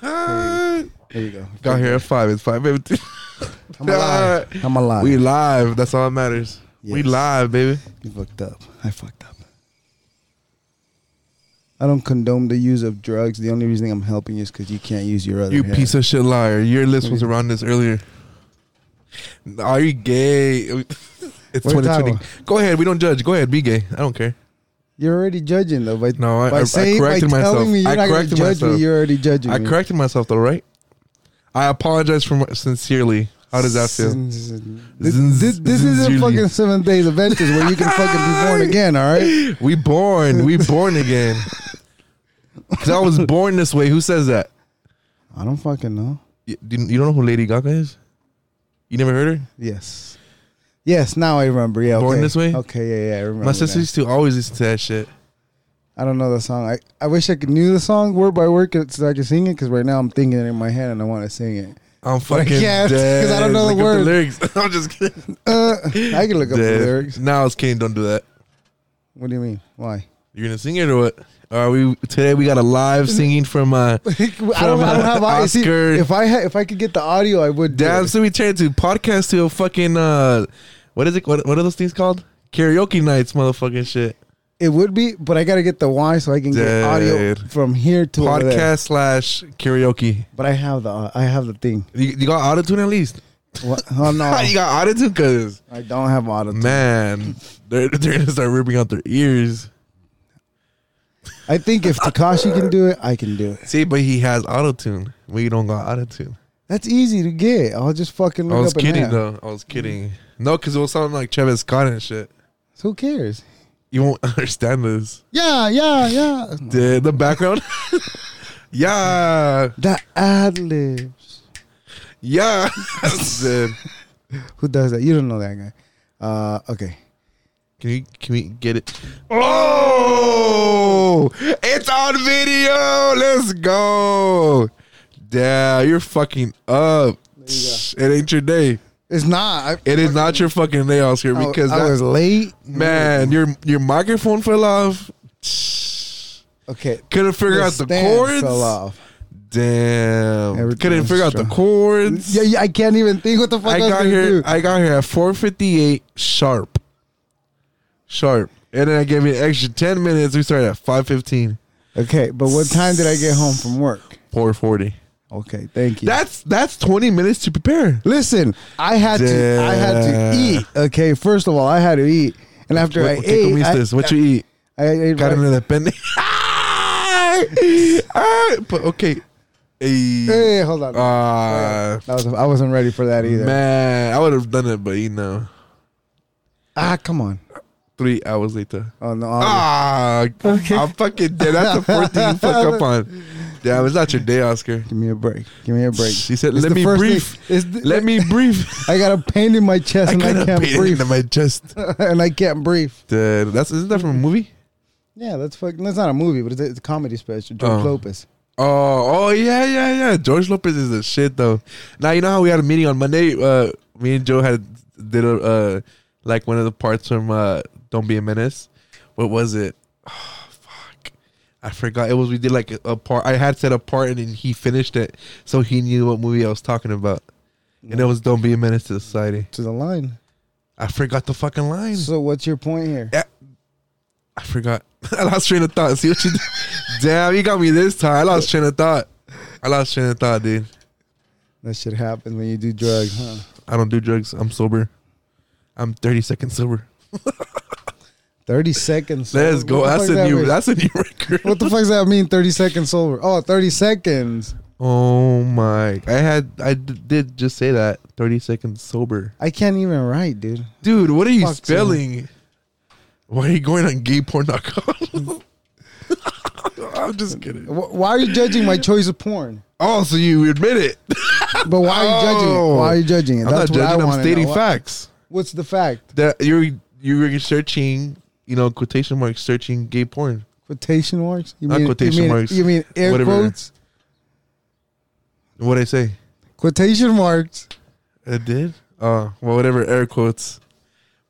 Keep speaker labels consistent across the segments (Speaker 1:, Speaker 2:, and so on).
Speaker 1: There you go.
Speaker 2: Got here at five. It's five fifteen.
Speaker 1: I'm alive. I'm alive.
Speaker 2: We live. That's all that matters. We
Speaker 1: Yes.
Speaker 2: live, baby.
Speaker 1: You fucked up. I fucked up. I don't condone the use of drugs. The only reason I'm helping you is because you can't use your other.
Speaker 2: You
Speaker 1: hand.
Speaker 2: piece of shit liar. Your list was around this earlier. Are you gay? It's
Speaker 1: Where's
Speaker 2: twenty twenty.
Speaker 1: Tyler?
Speaker 2: Go ahead. We don't judge. Go ahead. Be gay. I don't care.
Speaker 1: You're already judging though by
Speaker 2: No, I-
Speaker 1: by
Speaker 2: I- I
Speaker 1: saying
Speaker 2: corrected
Speaker 1: by
Speaker 2: myself.
Speaker 1: telling me you're
Speaker 2: I
Speaker 1: not going to
Speaker 2: corrected
Speaker 1: judge me.
Speaker 2: myself.
Speaker 1: You're already judging
Speaker 2: I
Speaker 1: me.
Speaker 2: corrected myself though, right? I apologize for my- sincerely. How does that feel?
Speaker 1: This, this, this isn't
Speaker 2: Sincerely.
Speaker 1: fucking seven days of Adventist where you can fucking be born again. All right.
Speaker 2: We born. We born again. 'Cause I was born this way. Who says that?
Speaker 1: I don't fucking know.
Speaker 2: You, do you you don't know who Lady Gaga is? You never heard her?
Speaker 1: Yes. Yes. Now I remember. Yeah.
Speaker 2: Born
Speaker 1: okay.
Speaker 2: This Way?
Speaker 1: Okay. Yeah. Yeah. I remember.
Speaker 2: My
Speaker 1: now.
Speaker 2: sister used to always listen to that shit.
Speaker 1: I don't know the song. I, I wish I could knew the song word by word so I could sing it. Because right now I'm thinking it in my head and I want to sing it.
Speaker 2: I'm
Speaker 1: But I
Speaker 2: fucking
Speaker 1: can't, 'cause
Speaker 2: dead.
Speaker 1: I don't know the
Speaker 2: Look up
Speaker 1: words.
Speaker 2: lyrics. I'm just kidding.
Speaker 1: Uh, I can look up
Speaker 2: Dead.
Speaker 1: the lyrics.
Speaker 2: Now I was kidding. Don't do that.
Speaker 1: What do you mean? Why?
Speaker 2: You're gonna sing it or what? Are we today? We got a live singing from uh,
Speaker 1: I don't, I don't have audio. See,
Speaker 2: Oscar.
Speaker 1: if I ha- if I could get the audio, I would. do
Speaker 2: Dance
Speaker 1: it.
Speaker 2: to Return to podcast to a fucking uh, what is it? What, what are those things called? Karaoke nights, motherfucking shit.
Speaker 1: It would be, but I gotta get the Y so I can get audio
Speaker 2: Dead.
Speaker 1: from here to over there.
Speaker 2: Podcast slash karaoke.
Speaker 1: But I have the I have the thing.
Speaker 2: You, you got autotune at least.
Speaker 1: What? Oh no,
Speaker 2: you got autotune, cause
Speaker 1: I don't have audio.
Speaker 2: man, they're they're gonna start ripping out their ears.
Speaker 1: I think if Takashi can do it, I can do it.
Speaker 2: See, but he has autotune. We don't got autotune.
Speaker 1: That's easy to get. I'll just fucking look
Speaker 2: I was
Speaker 1: up and
Speaker 2: kidding
Speaker 1: have.
Speaker 2: though. I was kidding. No, because it will sound like Travis Scott and shit.
Speaker 1: So who cares?
Speaker 2: You won't understand this.
Speaker 1: Yeah, yeah, yeah.
Speaker 2: The, the background. yeah,
Speaker 1: The ad libs.
Speaker 2: yeah. Dude.
Speaker 1: Who does that? You don't know that guy. Uh, okay.
Speaker 2: Can we can we get it? Oh, it's on video. Let's go. Damn, you're fucking up. It ain't your day.
Speaker 1: It's not. I,
Speaker 2: It is not your fucking day, Oscar.
Speaker 1: I-
Speaker 2: Because
Speaker 1: I,
Speaker 2: that,
Speaker 1: was late.
Speaker 2: man, your your microphone fell off.
Speaker 1: Okay.
Speaker 2: Couldn't figure
Speaker 1: The
Speaker 2: out the
Speaker 1: stand
Speaker 2: chords.
Speaker 1: Fell off.
Speaker 2: Damn.
Speaker 1: Everything
Speaker 2: Couldn't
Speaker 1: was
Speaker 2: figure out
Speaker 1: strong.
Speaker 2: the chords.
Speaker 1: Yeah, yeah, I can't even think what the fuck I,
Speaker 2: I
Speaker 1: was
Speaker 2: got
Speaker 1: gonna
Speaker 2: here.
Speaker 1: do.
Speaker 2: I got here at four fifty eight sharp. Sharp, and then I gave you an extra ten minutes. We started at five fifteen.
Speaker 1: Okay, but what time did I get home from work?
Speaker 2: Four forty.
Speaker 1: Okay, thank you.
Speaker 2: That's that's twenty minutes to prepare.
Speaker 1: Listen, I had to. I had to
Speaker 2: Damn.
Speaker 1: eat. Okay, first of all, I had to eat, and after
Speaker 2: What,
Speaker 1: I
Speaker 2: what
Speaker 1: ate,
Speaker 2: comiste?
Speaker 1: I,
Speaker 2: what you eat?
Speaker 1: I, ate
Speaker 2: Carne
Speaker 1: rice.
Speaker 2: de pende. Ah, but okay. Hey,
Speaker 1: Hey, hold on.
Speaker 2: uh,
Speaker 1: That was, I wasn't ready for that either.
Speaker 2: man, I would have done it, but you know,
Speaker 1: Ah, come on.
Speaker 2: three hours later.
Speaker 1: Oh no.
Speaker 2: Ah, I'm fucking dead. That's the fourth thing you fuck up on. Damn, it's not your day, Oscar.
Speaker 1: Give me a break. Give me a break.
Speaker 2: She said,
Speaker 1: It's
Speaker 2: "Let
Speaker 1: the
Speaker 2: me
Speaker 1: first
Speaker 2: brief.
Speaker 1: thing- it's the-
Speaker 2: Let me brief."
Speaker 1: I got a pain in my chest
Speaker 2: I
Speaker 1: and I
Speaker 2: got a
Speaker 1: can't
Speaker 2: pain
Speaker 1: breathe,
Speaker 2: into my chest.
Speaker 1: and I can't breathe.
Speaker 2: Dude, that's isn't that from a movie?
Speaker 1: Yeah, that's fucking. That's not a movie, but it's a, it's a comedy special. George
Speaker 2: Oh.
Speaker 1: Lopez.
Speaker 2: Oh, oh yeah, yeah, yeah. George Lopez is the shit though. Now you know how we had a meeting on Monday. Uh, me and Joe had did a uh, like one of the parts from uh, "Don't Be a Menace." What was it? Oh, fuck, I forgot. It was we did like a, a part. I had said a part, and then he finished it, so he knew what movie I was talking about. And it was "Don't Be a Menace to Society."
Speaker 1: To the line.
Speaker 2: I forgot the fucking line.
Speaker 1: So what's your point here?
Speaker 2: Yeah. I forgot. I lost train of thought. See what you did? Damn, you got me this time. I lost train of thought. I lost train of thought, dude.
Speaker 1: That shit happens when you do drugs, huh?
Speaker 2: I don't do drugs. I'm sober. I'm 30 seconds sober.
Speaker 1: Thirty seconds. sober.
Speaker 2: Let's go.
Speaker 1: What the
Speaker 2: That's
Speaker 1: fuck
Speaker 2: a
Speaker 1: that
Speaker 2: new.
Speaker 1: mean?
Speaker 2: That's a new record.
Speaker 1: What the fuck does that mean? Thirty seconds sober. Oh, 30 seconds.
Speaker 2: Oh my! I had. I d- did just say that. 30 seconds sober.
Speaker 1: I can't even write, dude.
Speaker 2: Dude, what are you
Speaker 1: Fuck,
Speaker 2: spelling? Why are you going on gayporn.com? I'm just
Speaker 1: Wh-
Speaker 2: kidding.
Speaker 1: Why are you judging my choice of porn?
Speaker 2: Oh, so you admit it?
Speaker 1: But why are you judging it? Why are you judging it?
Speaker 2: I'm not
Speaker 1: what I
Speaker 2: judging. I'm
Speaker 1: wanna
Speaker 2: stating
Speaker 1: know. Wha-
Speaker 2: facts.
Speaker 1: What's the fact?
Speaker 2: that you're you're searching, you know, quotation marks searching gay porn.
Speaker 1: Quotation marks? You
Speaker 2: Not quotation
Speaker 1: you mean,
Speaker 2: marks.
Speaker 1: You mean air
Speaker 2: Whatever.
Speaker 1: quotes?
Speaker 2: What I say?
Speaker 1: Quotation marks.
Speaker 2: It did. Uh, well, whatever air quotes,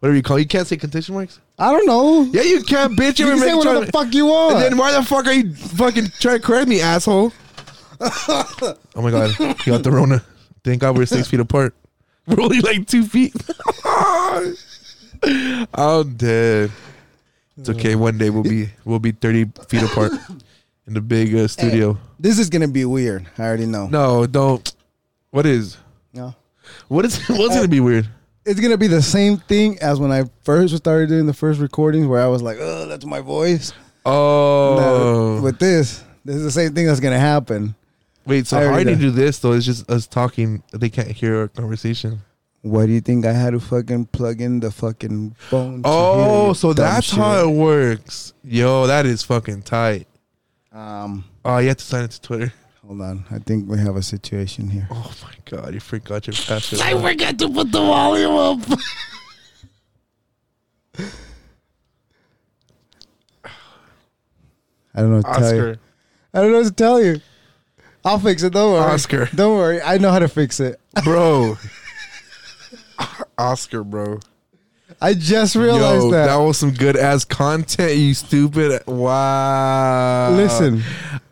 Speaker 2: whatever you call. You can't say quotation marks.
Speaker 1: I don't know.
Speaker 2: Yeah, you can, bitch.
Speaker 1: you
Speaker 2: were
Speaker 1: can say
Speaker 2: making-
Speaker 1: whatever
Speaker 2: trying
Speaker 1: the
Speaker 2: to-
Speaker 1: fuck you want.
Speaker 2: And then why the fuck are you fucking trying to correct me, asshole? Oh my god, he got the Rona. Thank God we're six feet apart. We're only like two feet. I'm dead. It's okay. One day we'll be we'll be thirty feet apart in the big uh, studio.
Speaker 1: This is gonna be weird. I already know.
Speaker 2: No, don't. What is?
Speaker 1: No.
Speaker 2: What is? What's gonna be weird?
Speaker 1: It's gonna be the same thing as when I first started doing the first recordings, where I was like, "Oh, that's my voice."
Speaker 2: Oh,
Speaker 1: Now, with this, this is the same thing that's gonna happen.
Speaker 2: wait. So
Speaker 1: I
Speaker 2: how are you
Speaker 1: already
Speaker 2: gonna
Speaker 1: know.
Speaker 2: do this though? It's just us talking. They can't hear our conversation.
Speaker 1: What do you think I had to fucking plug in the fucking phone? to hear
Speaker 2: Oh,
Speaker 1: you,
Speaker 2: so
Speaker 1: dumb
Speaker 2: that's how
Speaker 1: shit?
Speaker 2: it works. Yo, that is fucking tight.
Speaker 1: Um,
Speaker 2: Oh, you have to sign into Twitter.
Speaker 1: hold on. I think we have a situation here.
Speaker 2: Oh my god, you forgot your password.
Speaker 3: forgot to put the volume up.
Speaker 1: I don't know what to tell you.
Speaker 2: Oscar.
Speaker 1: I don't know what to tell you. I'll fix it. Don't worry,
Speaker 2: Oscar.
Speaker 1: Don't worry. I know how to fix it.
Speaker 2: bro. Oscar, bro.
Speaker 1: I just realized
Speaker 2: Yo,
Speaker 1: that.
Speaker 2: was some good ass content, you stupid. Wow.
Speaker 1: Listen,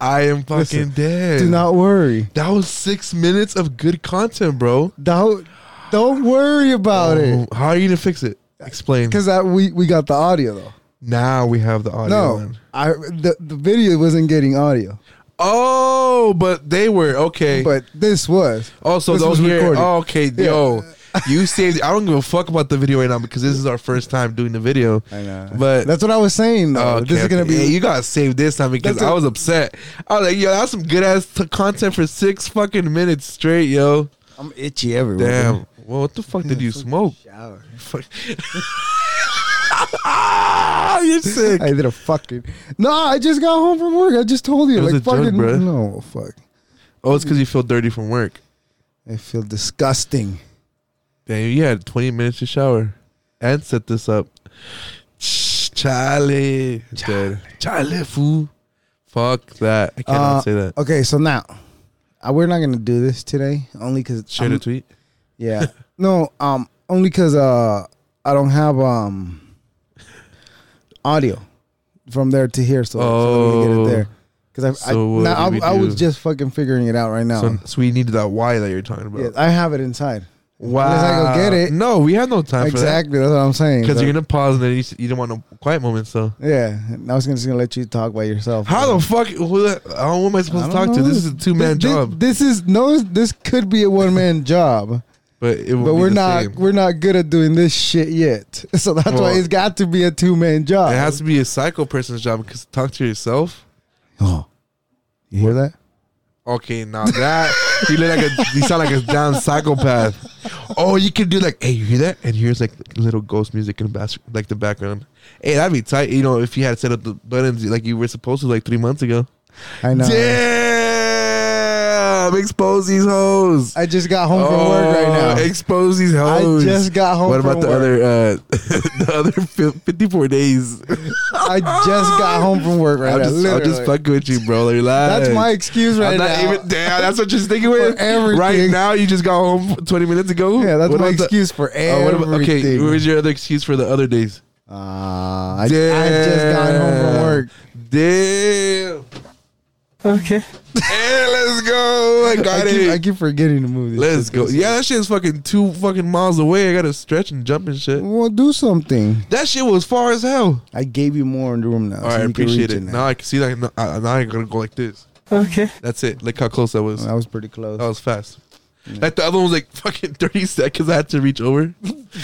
Speaker 2: I am fucking
Speaker 1: Listen.
Speaker 2: dead.
Speaker 1: do not worry.
Speaker 2: that was six minutes of good content, bro.
Speaker 1: Don't don't worry about it.
Speaker 2: How are you gonna fix it? Explain.
Speaker 1: Because we we got the audio though.
Speaker 2: Now we have the audio.
Speaker 1: No,
Speaker 2: in.
Speaker 1: I the, the video wasn't getting audio,
Speaker 2: Oh, but they were okay.
Speaker 1: but this was.
Speaker 2: Also,
Speaker 1: This
Speaker 2: those
Speaker 1: was
Speaker 2: here.
Speaker 1: recorded.
Speaker 2: Oh, okay, yo, you saved. I don't give a fuck about the video right now because this is our first time doing the video.
Speaker 1: I know,
Speaker 2: but
Speaker 1: that's what I was saying. Though
Speaker 2: oh, okay,
Speaker 1: this is gonna
Speaker 2: okay. Yeah,
Speaker 1: be.
Speaker 2: you gotta save this time because
Speaker 1: That's
Speaker 2: I
Speaker 1: a-
Speaker 2: was upset. I was like, yo, that's some good ass t- content for six fucking minutes straight, yo.
Speaker 1: I'm itchy everywhere.
Speaker 2: Damn. Well, what the fuck did you smoke?
Speaker 1: Shower.
Speaker 2: Fuck. Ah, You're sick.
Speaker 1: I did a fucking. No, I just got home from work. I just told you,
Speaker 2: It was
Speaker 1: like
Speaker 2: a joke,
Speaker 1: fucking.
Speaker 2: bruh.
Speaker 1: no, fuck.
Speaker 2: Oh, it's because you feel dirty from work.
Speaker 1: I feel disgusting.
Speaker 2: Damn, you had 20 minutes to shower and set this up. Ch- Charlie. Charlie. Charlie, fool. Fuck that. I cannot
Speaker 1: Uh,
Speaker 2: say that.
Speaker 1: Okay, so now uh, we're not gonna do this today, only because
Speaker 2: Share the tweet.
Speaker 1: Yeah. no, um, only because uh, I don't have um, audio from there to here, so, so let me get
Speaker 2: Oh.
Speaker 1: it there. Because I,
Speaker 2: So what
Speaker 1: I, now
Speaker 2: do we
Speaker 1: I, I was
Speaker 2: do?
Speaker 1: just fucking figuring it out right now.
Speaker 2: So, so we need that why that you're talking about.
Speaker 1: yeah, I have it inside.
Speaker 2: Wow.
Speaker 1: Unless I go get it.
Speaker 2: No, we have no time for that.
Speaker 1: Exactly, that's what I'm saying.
Speaker 2: Because you're going to pause and then you, s- you don't want no quiet moment. So,
Speaker 1: yeah, and I was gonna- just gonna let you talk by yourself.
Speaker 2: how the fuck? Who, the- I don't- who am I supposed to
Speaker 1: I don't
Speaker 2: talk to?
Speaker 1: know.
Speaker 2: This is a two man
Speaker 1: Thi- thi-
Speaker 2: job.
Speaker 1: This is no. This could be a one man job,
Speaker 2: but it will
Speaker 1: but
Speaker 2: be
Speaker 1: we're
Speaker 2: the
Speaker 1: not.
Speaker 2: same.
Speaker 1: We're not good at doing this shit yet. So that's why
Speaker 2: Well,
Speaker 1: it's got to be a two man job.
Speaker 2: it has to be a psycho person's job because talk to yourself.
Speaker 1: Oh, you hear that?
Speaker 2: Okay, now that you look like a you sound like a down psychopath. Oh, you can do like, hey, you hear that? And here's like little ghost music in the bas- like the background. Hey, that'd be tight. You know, if you had set up the buttons like you were supposed to like three months ago.
Speaker 1: I know.
Speaker 2: Damn, expose these hoes.
Speaker 1: I just got home from work right
Speaker 2: Oh,
Speaker 1: now.
Speaker 2: Expose these hoes.
Speaker 1: I just got home.
Speaker 2: What
Speaker 1: from
Speaker 2: about the
Speaker 1: work.
Speaker 2: other uh, the other fif- fifty-four days?
Speaker 1: I just got home from work right
Speaker 2: Oh. I'm
Speaker 1: now.
Speaker 2: just, I'm just
Speaker 1: literally.
Speaker 2: fucking with you, bro. Like,
Speaker 1: That's
Speaker 2: relax.
Speaker 1: my excuse right
Speaker 2: I'm not
Speaker 1: now.
Speaker 2: even damn. That's what you're sticking with.
Speaker 1: everything.
Speaker 2: Right now, you just got home 20 minutes ago.
Speaker 1: yeah, that's
Speaker 2: What
Speaker 1: my
Speaker 2: about the-
Speaker 1: excuse for
Speaker 2: Oh,
Speaker 1: everything.
Speaker 2: what about, okay, where's your other excuse for the other days?
Speaker 1: uh, I, I just got home from work.
Speaker 2: Damn.
Speaker 3: Okay.
Speaker 2: Hey, let's go. I got
Speaker 1: I keep,
Speaker 2: it.
Speaker 1: I keep forgetting to move this.
Speaker 2: let's
Speaker 1: shit.
Speaker 2: go. Yeah, that shit is fucking two fucking miles away. I gotta stretch and jump and shit.
Speaker 1: Well, do something.
Speaker 2: That shit was far as hell.
Speaker 1: I gave you more in the room now.
Speaker 2: All right, I
Speaker 1: you can
Speaker 2: appreciate
Speaker 1: reach
Speaker 2: it.
Speaker 1: now.
Speaker 2: Now I can see that. Now I now I gotta go like this.
Speaker 3: Okay.
Speaker 2: That's it. Look how close that was.
Speaker 1: That was pretty close.
Speaker 2: That was fast. Like the other one was like fucking 30 seconds. I had to reach over.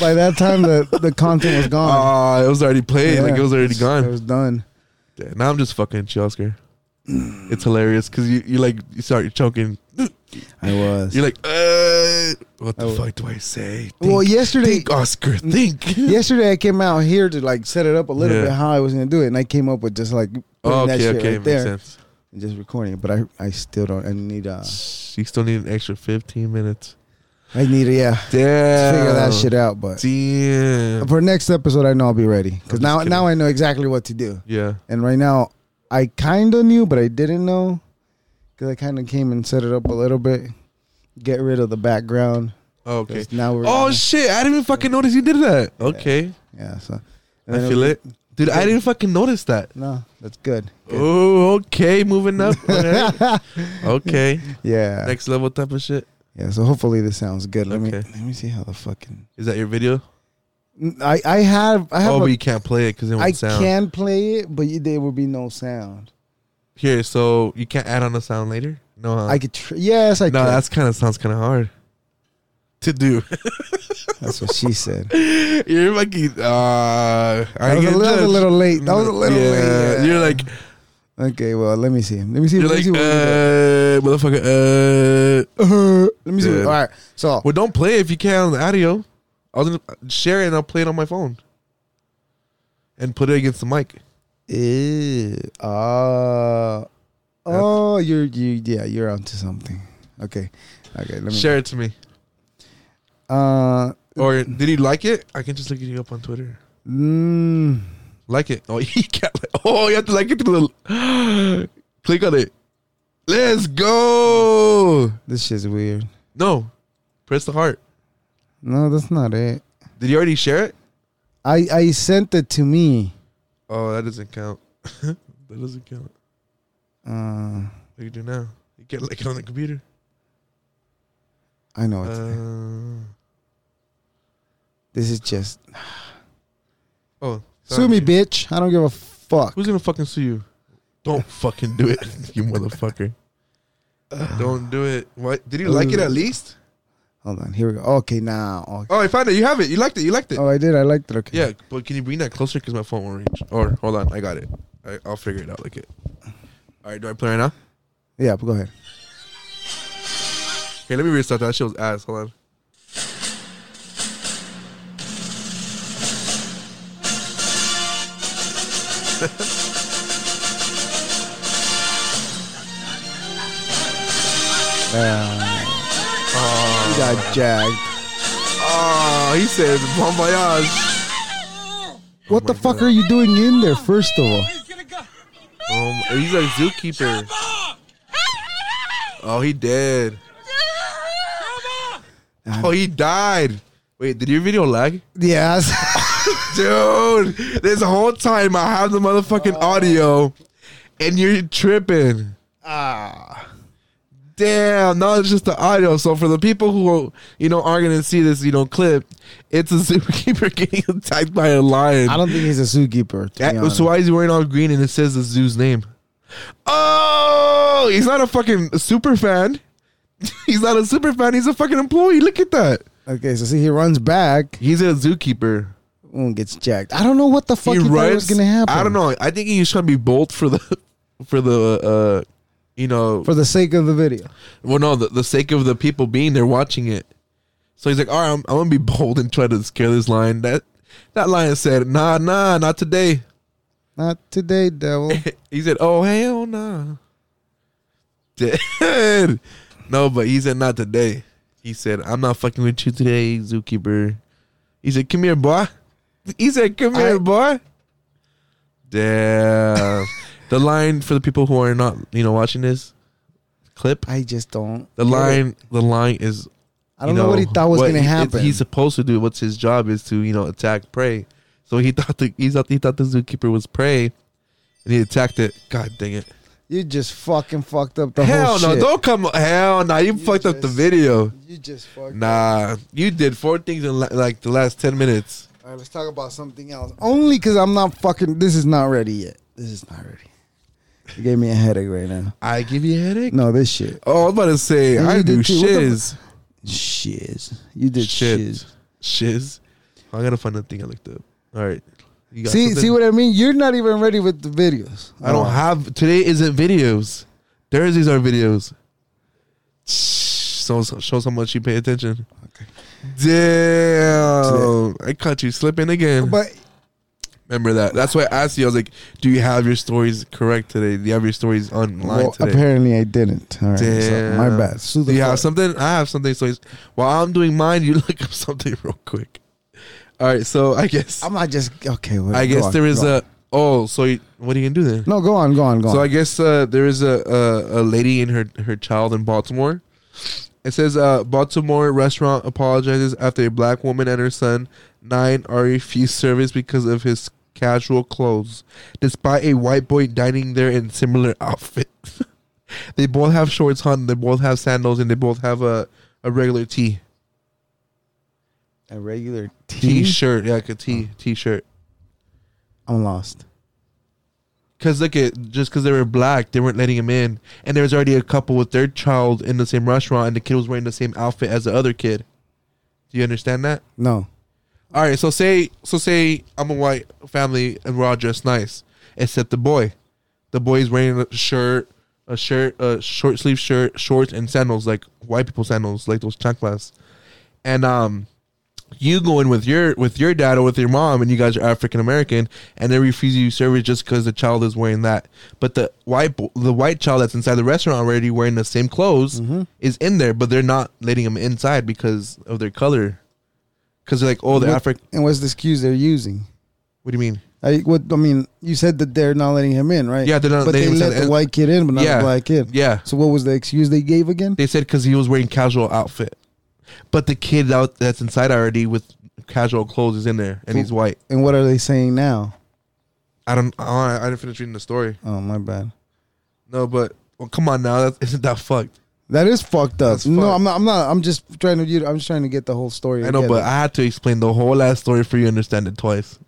Speaker 1: By that time, the, the content was gone.
Speaker 2: Ah, it was already played. Like
Speaker 1: Yeah.
Speaker 2: it was already
Speaker 1: It
Speaker 2: gone.
Speaker 1: was done.
Speaker 2: Yeah, Now I'm just fucking with you, Oscar.
Speaker 1: Mm.
Speaker 2: It's hilarious because you you like you start choking.
Speaker 1: I was.
Speaker 2: You're like, uh, what the
Speaker 1: Oh.
Speaker 2: fuck do I say? Think,
Speaker 1: well, yesterday, Mm.
Speaker 2: think, Oscar, think.
Speaker 1: yesterday I came out here to like set it up a little
Speaker 2: Yeah.
Speaker 1: bit how I was gonna do it, and I came up with just like putting
Speaker 2: Oh,
Speaker 1: that
Speaker 2: okay,
Speaker 1: shit
Speaker 2: okay,
Speaker 1: right
Speaker 2: makes
Speaker 1: there
Speaker 2: sense.
Speaker 1: and just recording it. But I, I still don't. I need uh,
Speaker 2: You still need an extra 15 minutes.
Speaker 1: I need a yeah.
Speaker 2: Damn,
Speaker 1: Figure that shit out. But
Speaker 2: Damn.
Speaker 1: for next episode, I know I'll be ready because
Speaker 2: I'm just
Speaker 1: now
Speaker 2: kidding.
Speaker 1: now I know exactly what to do.
Speaker 2: Yeah.
Speaker 1: And right now, I kind of knew, but I didn't know because I kind of came and set it up a little bit, get rid of the background.
Speaker 2: Oh, okay.
Speaker 1: 'cause Now we're
Speaker 2: Oh shit! I didn't even fucking notice you did that. Okay,
Speaker 1: yeah. So
Speaker 2: I feel it. Dude, I didn't fucking notice that.
Speaker 1: No, that's good. Good.
Speaker 2: Oh, okay. Moving up. Okay. okay.
Speaker 1: Yeah.
Speaker 2: Next level type of shit.
Speaker 1: Yeah. So hopefully this sounds good. Let me
Speaker 2: Okay.
Speaker 1: let me see how the fucking.
Speaker 2: Is that your video?
Speaker 1: I I have I have
Speaker 2: Oh,
Speaker 1: a-
Speaker 2: but you can't play it because it won't
Speaker 1: I
Speaker 2: sound.
Speaker 1: can play it, but there would be no sound.
Speaker 2: Here, so you can't add on a sound later? No, huh?
Speaker 1: I could. Tr- yes, I.
Speaker 2: no,
Speaker 1: could.
Speaker 2: that's kind of sounds kind of hard to do.
Speaker 1: that's what she said.
Speaker 2: You're fucking. Uh, I
Speaker 1: That was, a
Speaker 2: can
Speaker 1: little, that was a
Speaker 2: judge.
Speaker 1: little late. That was a little
Speaker 2: yeah.
Speaker 1: late. yeah.
Speaker 2: You're like,
Speaker 1: Okay, well, let me see. Let me see.
Speaker 2: you're like,
Speaker 1: let me see what we
Speaker 2: uh,
Speaker 1: got.
Speaker 2: motherfucker. Uh,
Speaker 1: Uh, let me see.
Speaker 2: Yeah.
Speaker 1: All right. So
Speaker 2: well, don't play if you can on the audio. I'll just share it and I'll play it on my phone and put it against the mic.
Speaker 1: Ew. eh, Uh, oh, you're you yeah, you're onto something. Okay, okay. Let me.
Speaker 2: Share it to me.
Speaker 1: Uh,
Speaker 2: Or did he like it? I can just look you up on Twitter.
Speaker 1: mm,
Speaker 2: Like it. Oh, you can't. Like, oh, you have to like it through the. Click on it. Let's go.
Speaker 1: this shit's weird.
Speaker 2: No, press the heart.
Speaker 1: No, that's not it.
Speaker 2: Did you already share it?
Speaker 1: I I sent it to me.
Speaker 2: Oh, that doesn't count. that doesn't count.
Speaker 1: Uh,
Speaker 2: What do you do now? You can't like it on the computer.
Speaker 1: I know it's
Speaker 2: Uh,
Speaker 1: this is just
Speaker 2: oh,
Speaker 1: sue me, bitch. I don't give a fuck.
Speaker 2: Who's gonna fucking sue you? Don't fucking do it, you motherfucker. Don't do it. What? Did you like it at least?
Speaker 1: Hold on. Here we go. Okay, now. Okay.
Speaker 2: Oh, I found it. You have it. You liked it. You liked it.
Speaker 1: Oh, I did. I liked it. Okay.
Speaker 2: Yeah, but can you bring that closer? Cause my phone won't reach. Or hold on, I got it. I, I'll figure it out. Like it. All right, do I play right now?
Speaker 1: Yeah. But go ahead.
Speaker 2: Okay, let me restart that. That shit was ass. Hold on.
Speaker 1: Uh, you got jagged.
Speaker 2: Oh, he said bon voyage.
Speaker 1: What the fuck are you doing in there? First of all,
Speaker 2: Um, he's a zookeeper. Oh, he dead. Oh, he died. Wait, did your video lag?
Speaker 1: yes.
Speaker 2: Dude, this whole time I have the motherfucking
Speaker 1: Oh.
Speaker 2: audio and you're tripping.
Speaker 1: ah.
Speaker 2: Damn, no, it's just the audio. So for the people who you know aren't gonna see this, you know, clip, it's a zookeeper getting attacked by a lion.
Speaker 1: I don't think he's a zookeeper. To be
Speaker 2: That-
Speaker 1: honest.
Speaker 2: so why is he wearing all green and it says the zoo's name? Oh, he's not a fucking super fan. he's not a super fan. He's a fucking employee. Look at that.
Speaker 1: okay, so see, he runs back
Speaker 2: He's a zookeeper.
Speaker 1: and gets jacked. I don't know what the fuck
Speaker 2: he
Speaker 1: he, thought
Speaker 2: runs.
Speaker 1: was gonna happen.
Speaker 2: I don't know. I think he's trying to be bold for the, for the, uh, you know,
Speaker 1: For the sake of the video,
Speaker 2: well, no, the, the sake of the people being there watching it. So he's like, all right, I'm, I'm gonna be bold and try to scare this lion. That that lion said, nah, nah, not today.
Speaker 1: not today, devil.
Speaker 2: he said, oh hell nah. Dead. No, but he said not today. He said, I'm not fucking with you today, zookeeper. He said, come here, boy. He said, come here,
Speaker 1: I-
Speaker 2: boy. Damn. the line for the people who are not, you know, watching this clip.
Speaker 1: I just don't.
Speaker 2: The
Speaker 1: get it.
Speaker 2: line, the line is.
Speaker 1: I don't know, what he thought was gonna happen.
Speaker 2: he's supposed to do what's his job is to you know attack prey. So he thought the he thought, he thought the zookeeper was prey, and he attacked it. God dang it!
Speaker 1: you just fucking fucked up the
Speaker 2: hell
Speaker 1: whole
Speaker 2: no!
Speaker 1: shit.
Speaker 2: Don't come! Hell no! You,
Speaker 1: You
Speaker 2: fucked up the
Speaker 1: just-
Speaker 2: video.
Speaker 1: You just fucked.
Speaker 2: Nah, you did four things in li- like the last ten minutes.
Speaker 1: All right, let's talk about something else. Only because I'm not fucking. This is not ready yet. This is not ready. You gave me a headache right now.
Speaker 2: I give you a headache.
Speaker 1: No, this shit.
Speaker 2: Oh, I'm about to say
Speaker 1: Yeah,
Speaker 2: I
Speaker 1: you
Speaker 2: do
Speaker 1: did too. What the
Speaker 2: shiz,
Speaker 1: Shiz. You did
Speaker 2: Shit.
Speaker 1: shiz.
Speaker 2: shiz. I gotta find the thing I looked up. All right. You got
Speaker 1: See,
Speaker 2: something?
Speaker 1: see what I mean? You're not even ready with the videos.
Speaker 2: I don't
Speaker 1: Oh.
Speaker 2: have today isn't videos. Thursdays are videos. So so- shows how much you pay attention.
Speaker 1: Okay.
Speaker 2: Damn. I caught you slipping again.
Speaker 1: But
Speaker 2: Remember that. That's why I asked you. I was like, "Do you have your stories correct today? Do you have your stories online
Speaker 1: well,
Speaker 2: today?"
Speaker 1: apparently I didn't. All right, so
Speaker 2: Damn.
Speaker 1: my bad. Sue
Speaker 2: Do
Speaker 1: the
Speaker 2: you have
Speaker 1: fuck.
Speaker 2: something? I have something. So it's- while I'm doing mine, you look up something real quick. All right. So I guess i
Speaker 1: I'm not just okay. Well, go
Speaker 2: guess
Speaker 1: on,
Speaker 2: there is
Speaker 1: go on.
Speaker 2: a. Oh, so you, what are you gonna do then?
Speaker 1: no. Go on, go on, go on.
Speaker 2: So I guess uh, there is a, a a lady and her her child in Baltimore. It says uh, Baltimore restaurant apologizes after a black woman and her son nine are refused service because of his casual clothes, despite a white boy dining there in similar outfits. they both have shorts on, they both have sandals, and they both have a, a regular tee.
Speaker 1: A regular
Speaker 2: T
Speaker 1: t.
Speaker 2: shirt, yeah, like a
Speaker 1: Oh.
Speaker 2: tee t shirt.
Speaker 1: I'm lost.
Speaker 2: Cause look at just cause they were black, they weren't letting him in, and there was already a couple with their child in the same restaurant, and the kid was wearing the same outfit as the other kid. Do you understand that?
Speaker 1: No.
Speaker 2: All right, so say so say I'm a white family and we're all dressed nice, except the boy. The boy's wearing a shirt, a shirt, a short sleeve shirt, shorts, and sandals like white people sandals, like those chanclas. And um, you go in with your with your dad or with your mom, and you guys are African American, and they refuse you service just because the child is wearing that. But the white bo- the white child that's inside the restaurant already wearing the same clothes is in there, but they're not letting him inside because of their color. Because they're like, oh, the
Speaker 1: What-
Speaker 2: African.
Speaker 1: And what's the excuse they're using?
Speaker 2: What do you mean?
Speaker 1: I, what I mean, you said that they're not letting him in, right?
Speaker 2: Yeah, they're not
Speaker 1: But they
Speaker 2: letting him
Speaker 1: let
Speaker 2: in.
Speaker 1: the white kid in, but not
Speaker 2: Yeah.
Speaker 1: the black kid.
Speaker 2: Yeah.
Speaker 1: So what was the excuse they gave again?
Speaker 2: They said because he was wearing casual outfit, but the kid out that's inside already with casual clothes is in there and he's white.
Speaker 1: And what are they saying now?
Speaker 2: I don't. I, I didn't finish reading the story.
Speaker 1: Oh my bad.
Speaker 2: No, but well, come on now, that isn't that fucked?
Speaker 1: That is fucked up.
Speaker 2: That's
Speaker 1: No,
Speaker 2: fucked.
Speaker 1: I'm not. I'm not. I'm just trying to. You, I'm just trying to get the whole story.
Speaker 2: I know,
Speaker 1: together.
Speaker 2: but I had to explain the whole last story for you to understand it twice.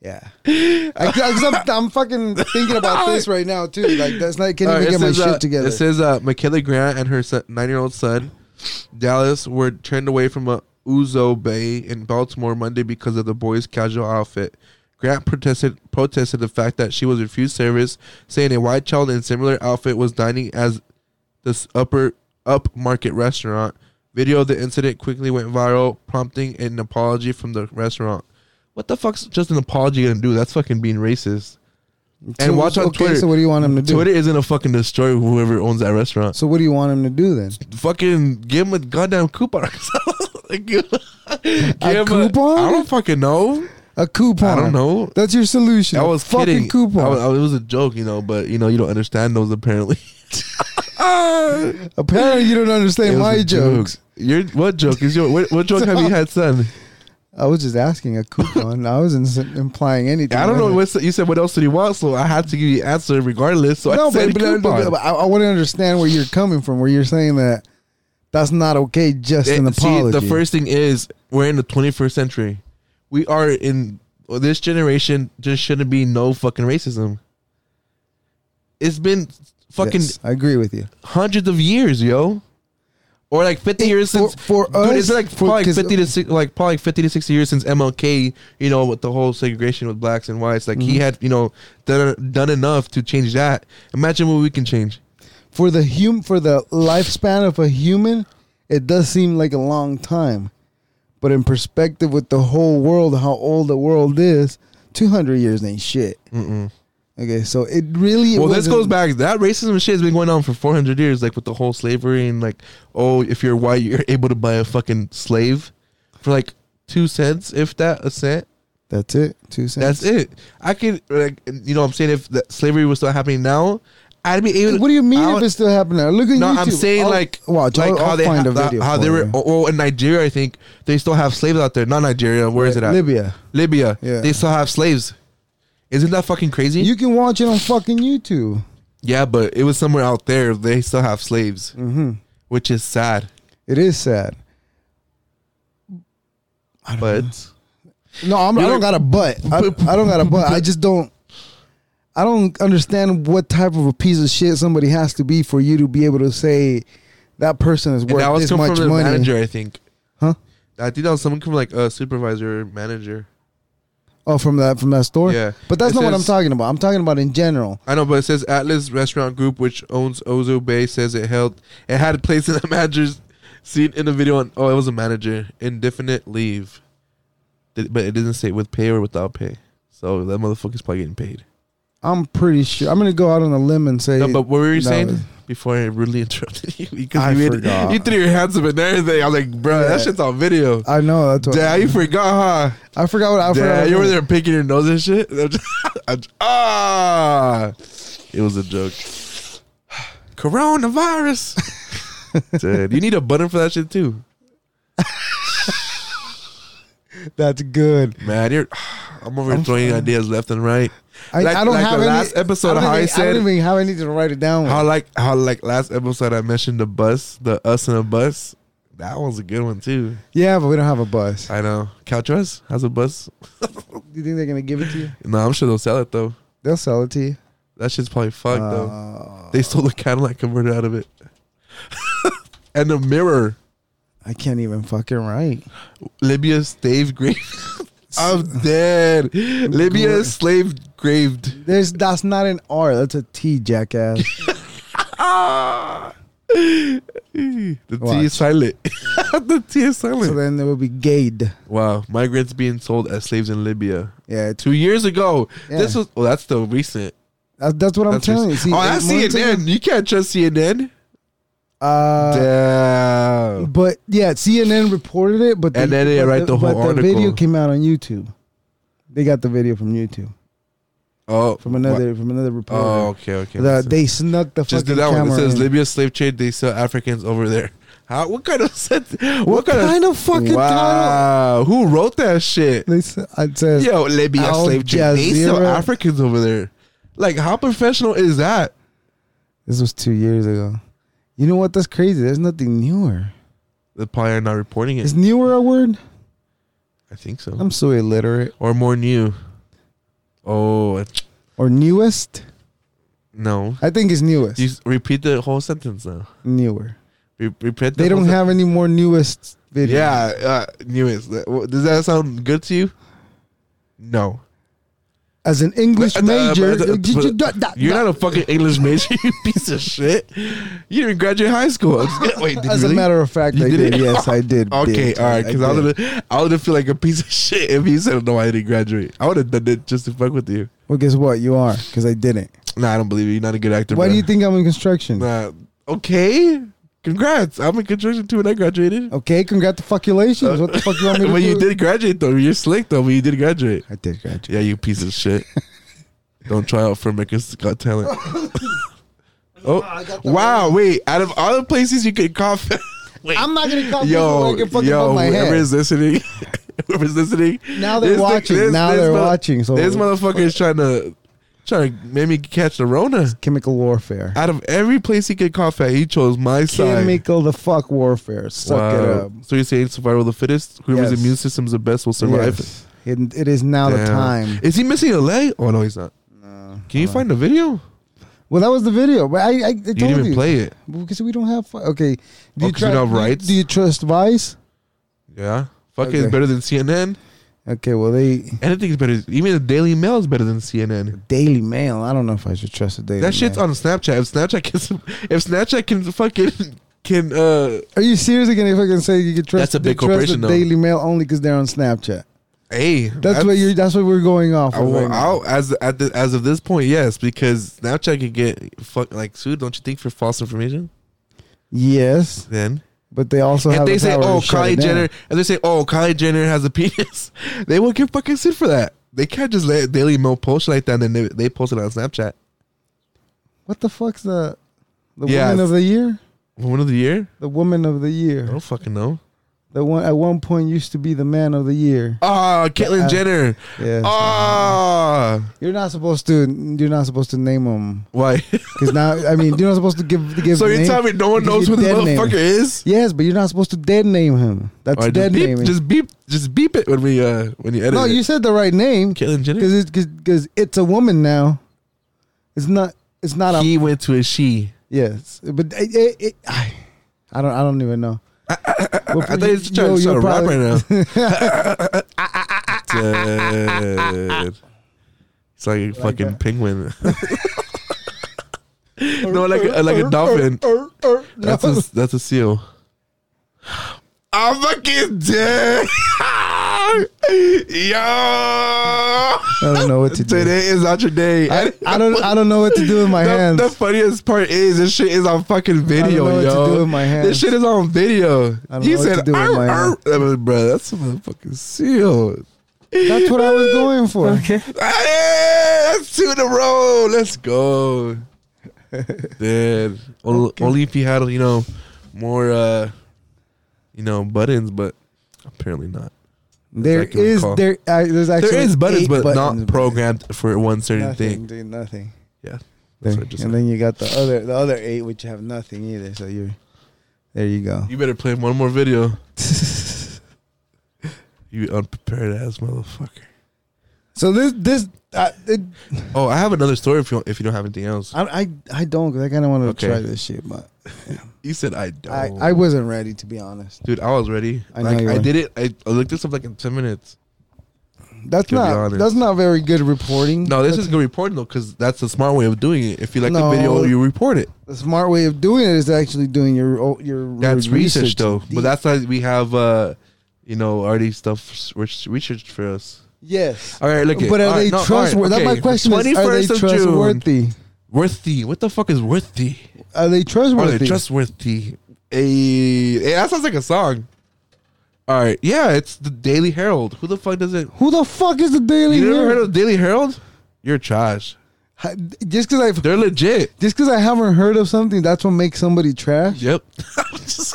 Speaker 1: yeah, I, am I'm fucking thinking about this right now too. Like that's not. Can't
Speaker 2: All right,
Speaker 1: even
Speaker 2: it
Speaker 1: get my
Speaker 2: says,
Speaker 1: shit
Speaker 2: uh,
Speaker 1: together.
Speaker 2: It says uh, Michaela Grant and her nine year old son, Dallas, were turned away from a Uzo Bay in Baltimore Monday because of the boy's casual outfit. Grant protested protested the fact that she was refused service, saying a white child in similar outfit was dining as this upper upmarket restaurant. Video of the incident quickly went viral, prompting an apology from the restaurant. What the fuck's just an apology gonna do? That's fucking being racist. And
Speaker 1: So-
Speaker 2: watch on
Speaker 1: okay,
Speaker 2: Twitter.
Speaker 1: So what do you want him to do?
Speaker 2: Twitter is gonna fucking destroy whoever owns that restaurant.
Speaker 1: So what do you want him to do then?
Speaker 2: Fucking give him a goddamn coupon. Like, give give
Speaker 1: A
Speaker 2: him
Speaker 1: coupon?
Speaker 2: I don't fucking know.
Speaker 1: A coupon.
Speaker 2: I don't know.
Speaker 1: That's your solution.
Speaker 2: I was
Speaker 1: fucking
Speaker 2: kidding.
Speaker 1: coupon.
Speaker 2: I was- I was- it was a joke, you know. But you know, you don't understand those apparently.
Speaker 1: Apparently, you don't
Speaker 2: It
Speaker 1: understand
Speaker 2: was
Speaker 1: Ah, my
Speaker 2: a joke.
Speaker 1: jokes.
Speaker 2: Your what joke is your what, what joke have you had, son?
Speaker 1: I was just asking a coupon. I wasn't s- implying anything.
Speaker 2: I don't know.
Speaker 1: was it?
Speaker 2: What's, you said what else did you want, so I had to give you an answer regardless. So I
Speaker 1: no,
Speaker 2: said
Speaker 1: but, but,
Speaker 2: coupon.
Speaker 1: but, I, I want to understand where you're coming from. Where you're saying that that's not okay. Just an
Speaker 2: It- Eh, see,
Speaker 1: apology.
Speaker 2: the first thing is we're in the 21st century. We are in well, this generation. Just shouldn't be no fucking racism. It's been fucking
Speaker 1: Yes, I agree with you.
Speaker 2: hundreds of years, yo, or like 50
Speaker 1: It-
Speaker 2: years
Speaker 1: for-
Speaker 2: since.
Speaker 1: for
Speaker 2: dude, it's
Speaker 1: us,
Speaker 2: like
Speaker 1: for-
Speaker 2: probably
Speaker 1: 'cause-
Speaker 2: 50 to six, like probably 50 to 60 years since MLK. You know, with the whole segregation with blacks and whites, like
Speaker 1: Mm-hmm.
Speaker 2: he had you know done done enough to change that. Imagine what we can change.
Speaker 1: For the hum for the lifespan of a human, it does seem like a long time, but in perspective with the whole world, how old the world is, two hundred years ain't shit.
Speaker 2: Mm-mm.
Speaker 1: Okay, so it really.
Speaker 2: well, this
Speaker 1: wasn't-
Speaker 2: goes back. That racism shit has been going on for 400 years, like with the whole slavery and like, oh, if you're white, you're able to buy a fucking slave for like two cents, if that, a cent.
Speaker 1: That's it. Two cents.
Speaker 2: That's it. I could, like, you know, what I'm saying if that slavery was still happening now, I'd be able. to-
Speaker 1: What do you mean
Speaker 2: I
Speaker 1: if
Speaker 2: would-
Speaker 1: it's still happening? Look at
Speaker 2: No,
Speaker 1: YouTube.
Speaker 2: I'm saying
Speaker 1: I'll-
Speaker 2: like,
Speaker 1: watch.
Speaker 2: like
Speaker 1: I'll, I'll
Speaker 2: they
Speaker 1: find a
Speaker 2: ha-
Speaker 1: video.
Speaker 2: how
Speaker 1: for
Speaker 2: they were.
Speaker 1: you.
Speaker 2: Oh, oh, in Nigeria, I think they still have slaves out there. Not Nigeria. Where is it at?
Speaker 1: Libya.
Speaker 2: Libya.
Speaker 1: Yeah.
Speaker 2: They still have slaves. Isn't that fucking crazy?
Speaker 1: You can watch it on fucking YouTube.
Speaker 2: yeah, but it was somewhere out there. They still have slaves.
Speaker 1: Mm-hmm.
Speaker 2: which is sad.
Speaker 1: It is sad.
Speaker 2: But
Speaker 1: No, I'm, I
Speaker 2: You're-
Speaker 1: don't got a butt. I, I don't got a butt. I just don't. I don't understand what type of a piece of shit somebody has to be for you to be able to say that person is
Speaker 2: and that
Speaker 1: worth
Speaker 2: was
Speaker 1: this
Speaker 2: come
Speaker 1: much
Speaker 2: from the
Speaker 1: money.
Speaker 2: manager, I think.
Speaker 1: Huh?
Speaker 2: I think that was someone from like a supervisor or manager.
Speaker 1: Oh, from that from that store.
Speaker 2: Yeah.
Speaker 1: but that's
Speaker 2: It
Speaker 1: not what I'm
Speaker 2: says-
Speaker 1: talking about. I'm talking about in general.
Speaker 2: I know, but it says Atlas Restaurant Group, which owns Ozo Bay, says it held it had a place in the manager's seen in the video. On, oh, it was a manager indefinite leave, Did- but it doesn't say with pay or without pay. So that motherfucker's probably getting paid.
Speaker 1: I'm pretty sure. I'm gonna go out on a limb and say.
Speaker 2: No, but what were you
Speaker 1: no.
Speaker 2: saying before I really interrupted you? Because
Speaker 1: I
Speaker 2: you, made-
Speaker 1: forgot.
Speaker 2: you threw your hands up and everything. I was like, bro,
Speaker 1: Yeah.
Speaker 2: that shit's on video.
Speaker 1: I know that's what.
Speaker 2: Dad, you forgot, huh?
Speaker 1: I forgot what I forgot.
Speaker 2: Yeah,
Speaker 1: what-
Speaker 2: you were there picking your nose and shit. I'm just- I'm just- ah, it was a joke. Coronavirus. Dude, you need a button for that shit too,
Speaker 1: That's good.
Speaker 2: man. You're I'm over here throwing ideas left and right.
Speaker 1: I,
Speaker 2: Like-
Speaker 1: I don't
Speaker 2: like
Speaker 1: have
Speaker 2: the
Speaker 1: any,
Speaker 2: last episode
Speaker 1: I don't
Speaker 2: of how
Speaker 1: even-
Speaker 2: I said-
Speaker 1: I don't even have anything to write it down.
Speaker 2: How like how like last episode I mentioned the bus, the us and a bus. That one's a good one too.
Speaker 1: yeah, but we don't have a bus.
Speaker 2: I know. Caltrus has a bus.
Speaker 1: Do you think they're gonna give it to you?
Speaker 2: No, I'm sure they'll sell it though.
Speaker 1: They'll sell it to you.
Speaker 2: That shit's probably fucked though.
Speaker 1: Uh,
Speaker 2: They stole the Cadillac converter out of it, and the mirror.
Speaker 1: I can't even fucking write.
Speaker 2: Libya's slave grave. I'm dead. Libya's slave graved.
Speaker 1: There's that's not an R. That's a T, jackass.
Speaker 2: Ah. The T
Speaker 1: Watch.
Speaker 2: is silent. the T is silent.
Speaker 1: so then there would be Gade.
Speaker 2: wow, migrants being sold as slaves in Libya
Speaker 1: Yeah, it's,
Speaker 2: two years ago.
Speaker 1: Yeah.
Speaker 2: This was well, that's the recent.
Speaker 1: that- that's what I'm
Speaker 2: That's
Speaker 1: telling you.
Speaker 2: recent.
Speaker 1: See,
Speaker 2: oh, that's
Speaker 1: eight months
Speaker 2: CNN.
Speaker 1: ago-
Speaker 2: You can't trust CNN.
Speaker 1: Uh,
Speaker 2: Damn.
Speaker 1: but yeah, CNN reported it, but
Speaker 2: And then they
Speaker 1: but
Speaker 2: write the whole
Speaker 1: but
Speaker 2: article.
Speaker 1: video came out on YouTube. They got the video from YouTube
Speaker 2: Oh,
Speaker 1: from another from another
Speaker 2: wha-
Speaker 1: reporter.
Speaker 2: Oh, okay, okay.
Speaker 1: The-
Speaker 2: Listen.
Speaker 1: they snuck the
Speaker 2: just do
Speaker 1: fucking
Speaker 2: that one. It
Speaker 1: camera
Speaker 2: says
Speaker 1: in.
Speaker 2: Libya slave trade. They sell Africans over there. How? What kind of set? What,
Speaker 1: What kind of fucking title?
Speaker 2: wow? Who wrote that shit?
Speaker 1: They s- It says
Speaker 2: Yo, Libya
Speaker 1: Al
Speaker 2: slave trade. They sell
Speaker 1: Jazeera.
Speaker 2: Africans over there. Like, how professional is that?
Speaker 1: this was two years ago. You know what? That's crazy. There's nothing newer.
Speaker 2: They probably are not reporting it.
Speaker 1: Is newer a word?
Speaker 2: I think so.
Speaker 1: I'm so illiterate.
Speaker 2: or more new. Oh it-
Speaker 1: Or newest?
Speaker 2: no!
Speaker 1: I think it's newest.
Speaker 2: You s- repeat the whole sentence now.
Speaker 1: newer.
Speaker 2: Re- repeat. The
Speaker 1: They
Speaker 2: whole
Speaker 1: don't
Speaker 2: sen-
Speaker 1: have any more newest videos.
Speaker 2: Yeah, uh, newest. That- wh- Does that sound good to you? No.
Speaker 1: As an English
Speaker 2: Uh,
Speaker 1: major,
Speaker 2: but- but- You're not a fucking English major, you piece of shit. You didn't graduate high school. Wait, did
Speaker 1: As
Speaker 2: you
Speaker 1: a
Speaker 2: really?
Speaker 1: matter of fact,
Speaker 2: You
Speaker 1: I
Speaker 2: did
Speaker 1: did.
Speaker 2: it?
Speaker 1: Yes, I did.
Speaker 2: Okay,
Speaker 1: bitch.
Speaker 2: all right.
Speaker 1: I
Speaker 2: Because I
Speaker 1: did.
Speaker 2: would have, I would have feel like a piece of shit if you said no, I didn't graduate. I would have done it just to fuck with you.
Speaker 1: Well, guess what? You are because I didn't.
Speaker 2: Nah, I don't believe you. You're not a good actor.
Speaker 1: Why
Speaker 2: bro.
Speaker 1: do you think I'm in construction?
Speaker 2: Nah. Okay. Congrats. I'm in construction too, and I graduated.
Speaker 1: Okay, congratulations. What the fuck you want me to
Speaker 2: But
Speaker 1: do?
Speaker 2: you did graduate though. You're slick though. But you did graduate.
Speaker 1: I did graduate.
Speaker 2: Yeah, you piece of shit. Don't try out for America's Got Talent. oh, wow! Wait, out of all the places you could cough, wait,
Speaker 1: I'm not gonna call people
Speaker 2: yo,
Speaker 1: like a fucking
Speaker 2: yo,
Speaker 1: above my
Speaker 2: whoever
Speaker 1: head.
Speaker 2: is listening, whoever's listening,
Speaker 1: Now they're
Speaker 2: this thing-
Speaker 1: watching.
Speaker 2: this-
Speaker 1: now
Speaker 2: this
Speaker 1: they're
Speaker 2: mother-
Speaker 1: watching. So
Speaker 2: This motherfucker is trying to, trying to make me catch the Rona.
Speaker 1: chemical warfare.
Speaker 2: Out of every place he could cough at, he chose my side.
Speaker 1: chemical the fuck warfare. Suck it
Speaker 2: Wow.
Speaker 1: up.
Speaker 2: So you're saying survival of the fittest? Whoever's
Speaker 1: Yes.
Speaker 2: immune system's the best will survive.
Speaker 1: Yes. It, it is now the
Speaker 2: Damn.
Speaker 1: time.
Speaker 2: Is he missing a leg? Oh no, he's not. Can you find the video?
Speaker 1: Well, that was the video. But I, I, I told
Speaker 2: You didn't even play it.
Speaker 1: because we don't have. fu- Okay, do
Speaker 2: Oh, 'cause we don't have
Speaker 1: do you-
Speaker 2: rights?
Speaker 1: Do you trust Vice?
Speaker 2: Yeah. Fuck it's
Speaker 1: Okay.
Speaker 2: better than CNN.
Speaker 1: Okay, well they
Speaker 2: Anything's better. Even the Daily Mail is better than CNN.
Speaker 1: Daily Mail. I don't know if I should trust the Daily.
Speaker 2: That shit's
Speaker 1: Mail.
Speaker 2: on Snapchat. If Snapchat can, if Snapchat can fucking can uh
Speaker 1: Are you serious again? If I can say you can trust,
Speaker 2: That's a
Speaker 1: you
Speaker 2: big
Speaker 1: trust
Speaker 2: corporation,
Speaker 1: The
Speaker 2: though.
Speaker 1: Daily Mail only because they're on Snapchat.
Speaker 2: hey
Speaker 1: That's, what you. That's what we're going off.
Speaker 2: I,
Speaker 1: of right
Speaker 2: will-
Speaker 1: now.
Speaker 2: I'll- as at the, as of this point, yes, because Snapchat could get fuck like sued, don't you think, for false information?
Speaker 1: Yes,
Speaker 2: Then
Speaker 1: but they also
Speaker 2: if
Speaker 1: have.
Speaker 2: they
Speaker 1: the
Speaker 2: say,
Speaker 1: power to
Speaker 2: "Oh,
Speaker 1: shut it
Speaker 2: Kylie
Speaker 1: down.
Speaker 2: Jenner," if they say, "Oh, Kylie Jenner has a penis," they will get fucking sued for that. They can't just let Daily Mail post like that and then they, they post it on Snapchat.
Speaker 1: What the fuck's the the
Speaker 2: Yeah.
Speaker 1: woman of the year?
Speaker 2: Woman of the year?
Speaker 1: The woman of the
Speaker 2: I
Speaker 1: year.
Speaker 2: don't fucking know.
Speaker 1: The one at one point used to be the man of the year.
Speaker 2: Ah, Caitlyn
Speaker 1: Uh,
Speaker 2: Jenner.
Speaker 1: Yeah.
Speaker 2: Uh, Ah,
Speaker 1: You're not supposed to. You're not supposed to name them
Speaker 2: why?
Speaker 1: because now. I mean, you're not supposed to give. To give
Speaker 2: so you
Speaker 1: name-
Speaker 2: tell me no one
Speaker 1: because
Speaker 2: knows
Speaker 1: you
Speaker 2: who the
Speaker 1: dead name.
Speaker 2: motherfucker is?
Speaker 1: Yes, but you're not supposed to dead name him. That's
Speaker 2: All right,
Speaker 1: dead
Speaker 2: just beep,
Speaker 1: naming.
Speaker 2: just beep, just beep it when we uh when you edit.
Speaker 1: no,
Speaker 2: it.
Speaker 1: you said the right name
Speaker 2: Caitlyn Jenner.
Speaker 1: because because it's a woman now. It's not. It's not a
Speaker 2: He went to a she.
Speaker 1: yes, but it, it, it, I, I don't. I don't even know. I,
Speaker 2: I thought you were trying to start a rap right now. Dude. It's like a fucking
Speaker 1: that.
Speaker 2: penguin. no, like a, like a dolphin. That's
Speaker 1: Er, no.
Speaker 2: a that's a seal. I'm fucking dead. Yo,
Speaker 1: I don't know what to do.
Speaker 2: today is not your day.
Speaker 1: I, I don't. I don't know what to do with my
Speaker 2: the,
Speaker 1: hands.
Speaker 2: the funniest part is this shit is on fucking video,
Speaker 1: know what to
Speaker 2: yo.
Speaker 1: do with my
Speaker 2: This
Speaker 1: hands.
Speaker 2: shit is on video.
Speaker 1: I don't
Speaker 2: you
Speaker 1: know what
Speaker 2: said,
Speaker 1: to do with
Speaker 2: "Arr,
Speaker 1: my
Speaker 2: arr."
Speaker 1: hands.
Speaker 2: I mean, bro, that's a motherfucking seal.
Speaker 1: That's what I was going for.
Speaker 3: Okay.
Speaker 2: Hey, that's two in a row. Let's go. Dude. Ol- Only if you had, you know, more, uh, you know, buttons, but apparently not.
Speaker 1: There
Speaker 2: I can
Speaker 1: is
Speaker 2: recall.
Speaker 1: there. I, there's actually
Speaker 2: there is buttons,
Speaker 1: eight
Speaker 2: but
Speaker 1: buttons,
Speaker 2: not programmed for one certain
Speaker 1: Nothing,
Speaker 2: thing.
Speaker 1: dude, nothing.
Speaker 2: Yeah,
Speaker 1: There.
Speaker 2: that's what I just
Speaker 1: and
Speaker 2: said.
Speaker 1: then you got the other the other eight, which have nothing either. So you're there. You go.
Speaker 2: You better play one more video. You unprepared ass motherfucker.
Speaker 1: so this this I it,
Speaker 2: Oh, I have another story if you if you don't have anything else.
Speaker 1: I I, I don't 'cause I kind of want to
Speaker 2: Okay. Oh.
Speaker 1: try this shit, but
Speaker 2: You said I don't.
Speaker 1: I I wasn't ready to be honest.
Speaker 2: dude, I was ready.
Speaker 1: I know
Speaker 2: like
Speaker 1: you
Speaker 2: I
Speaker 1: were.
Speaker 2: did it. I, I looked this up like in ten minutes.
Speaker 1: That's
Speaker 2: To be
Speaker 1: not
Speaker 2: honest.
Speaker 1: that's not very good reporting.
Speaker 2: No, this is good reporting though, because that's the smart way of doing it. If you like
Speaker 1: No.
Speaker 2: the video, you report it.
Speaker 1: the smart way of doing it is actually doing your o- your
Speaker 2: That's
Speaker 1: your
Speaker 2: research, though.
Speaker 1: deep.
Speaker 2: But that's why we have, uh, you know, already stuff s- res- researched for us.
Speaker 1: yes.
Speaker 2: All right, look. It.
Speaker 1: But are
Speaker 2: All right,
Speaker 1: they
Speaker 2: no, all right,
Speaker 1: trustworthy? That's
Speaker 2: okay.
Speaker 1: my question. Is, are they
Speaker 2: 21st of June.
Speaker 1: trustworthy?
Speaker 2: Worthy. What the fuck is worthy?
Speaker 1: Are they
Speaker 2: Are
Speaker 1: trustworthy?
Speaker 2: they trustworthy? A that sounds like a song. All right, yeah, it's the Daily Herald. Who the fuck does it?
Speaker 1: Who the fuck is the Daily
Speaker 2: You never
Speaker 1: Mirror?
Speaker 2: heard of Daily Herald? You're trash.
Speaker 1: Ha- Just because I've
Speaker 2: They're legit.
Speaker 1: just because I haven't heard of something, that's what makes somebody trash.
Speaker 2: Yep. I'm just